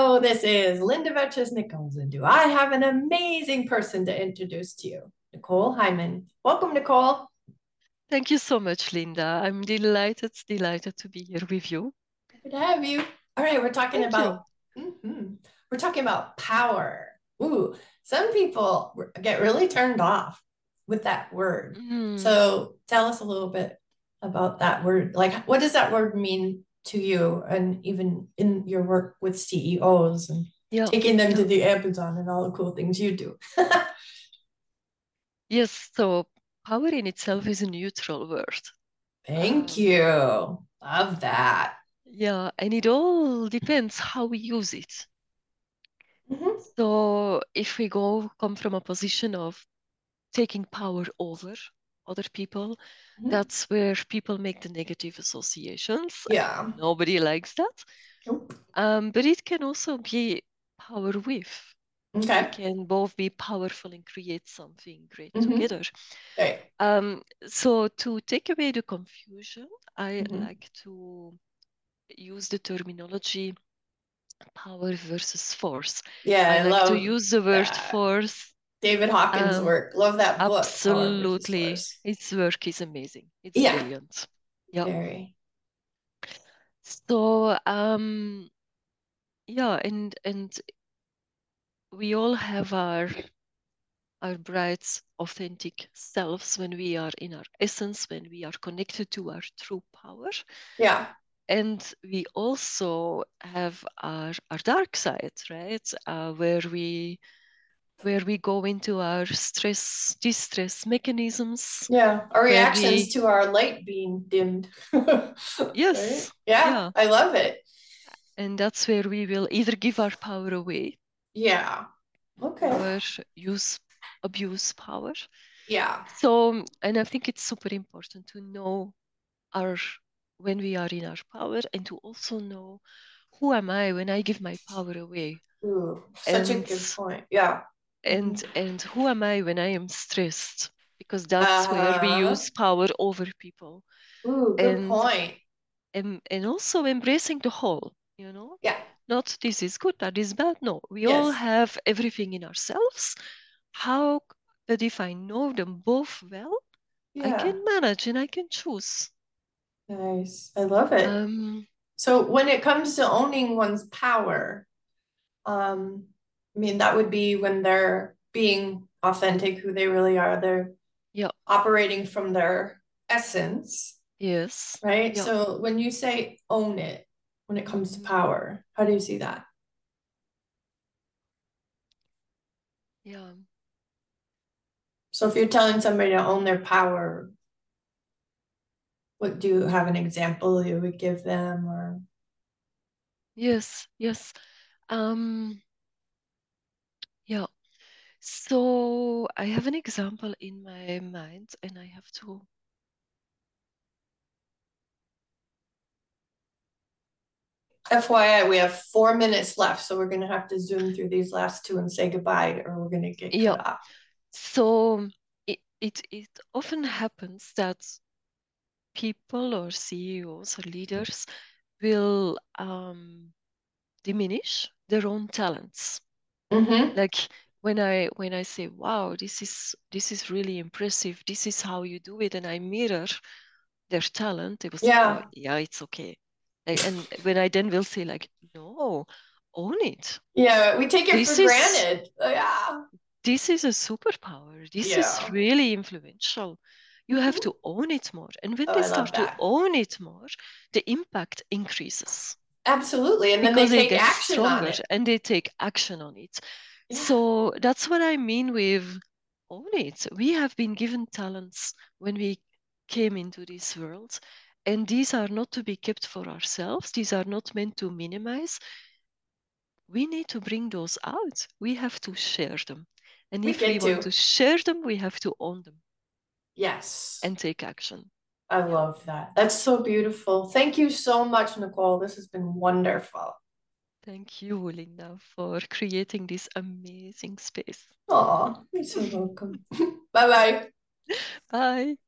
Hello, this is Linda Vetches Nichols, and do I have an amazing person to introduce to you, Nicole Hyman. Welcome, Nicole. Thank you so much, Linda. I'm delighted, delighted to be here with you. Good to have you. All right, we're talking Thank you. about Mhm. we're talking about power. Ooh, some people r- get really turned off with that word. Mm. So tell us a little bit about that word. Like, what does that word mean to you, and even in your work with CEOs and Yeah, taking them yeah. to the Amazon and all the cool things you do? Yes, so power in itself is a neutral word. Thank Um, you. Love that. yeah, and it all depends how we use it. Mhm. So if we go come from a position of taking power over other people, Mhm. that's where people make the negative associations, Yeah. and nobody likes that. Nope. Um, but it can also be power with. We Okay. can both be powerful and create something great Mm-hmm. together. Right. Um, so to take away the confusion, I Mm-hmm. like to use the terminology power versus force. Yeah, I I like to love use the word that. force. David Hawkins' Um, work. Love that book, Power versus absolutely. Force. Its work is amazing. It's Yeah, brilliant. Yeah. very. So um, yeah, and and we all have our our bright, authentic selves when we are in our essence, when we are connected to our true power. Yeah. And we also have our, our dark side, right? Uh, where we where we go into our stress, distress mechanisms, Yeah. Our where reactions we, to our light being dimmed. Right? yes, Yeah, yeah. I love it. And that's where we will either give our power away Yeah. Okay. or use abuse power. Yeah. So, and I think it's super important to know our when we are in our power and to also know who am I when I give my power away Ooh, such a and good point. Yeah. and Mm-hmm. and who am I when I am stressed because that's where we Uh, use power over people ooh, good and point. and, and also embracing the whole you know Yeah. not this is good that is bad no we all Yes. have everything in ourselves how but if I know them both well I Yeah. can manage and I can choose Nice. I love it. um So when it comes to owning one's power, um, I mean, that would be when they're being authentic, who they really are. They're yeah operating from their essence, yes right? yeah So when you say own it, when it comes to mhm. power, how do you see that? Yeah. So if you're telling somebody to own their power, what do you have an example you would give them or Yes. Yes. Um, yeah. So I have an example in my mind, and I have to. FYI, we have four minutes left, so we're gonna have to zoom through these last two and say goodbye, or we're gonna get Yeah. cut off. So it it it often happens that people or CEOs or leaders will um, diminish their own talents. Mm-hmm. Like when I when I say, "Wow, this is this is really impressive. This is how you do it," and I mirror their talent, they will say, "Oh, Yeah. yeah, it's okay." Like, and when I then will say, like, "No, own it. Yeah, we take it This for is granted. Oh, yeah. this is a superpower. This is Yeah. really influential. You have hmm to own it more." And when Oh, they I love start to that. own it more, the impact increases Absolutely. And then they because they take get action on stronger it. and they take action on it. Yeah. So that's what I mean with own it. We have been given talents when we came into this world, and these are not to be kept for ourselves. These are not meant to minimize. We need to bring those out. We have to share them. And We if we get want to to. share them, we have to own them Yes. and take action. I Yeah. love that. That's so beautiful. Thank you so much, Nicole. This has been wonderful. Thank you, Linda, for creating this amazing space. Aw, you're so welcome. Bye bye. Bye.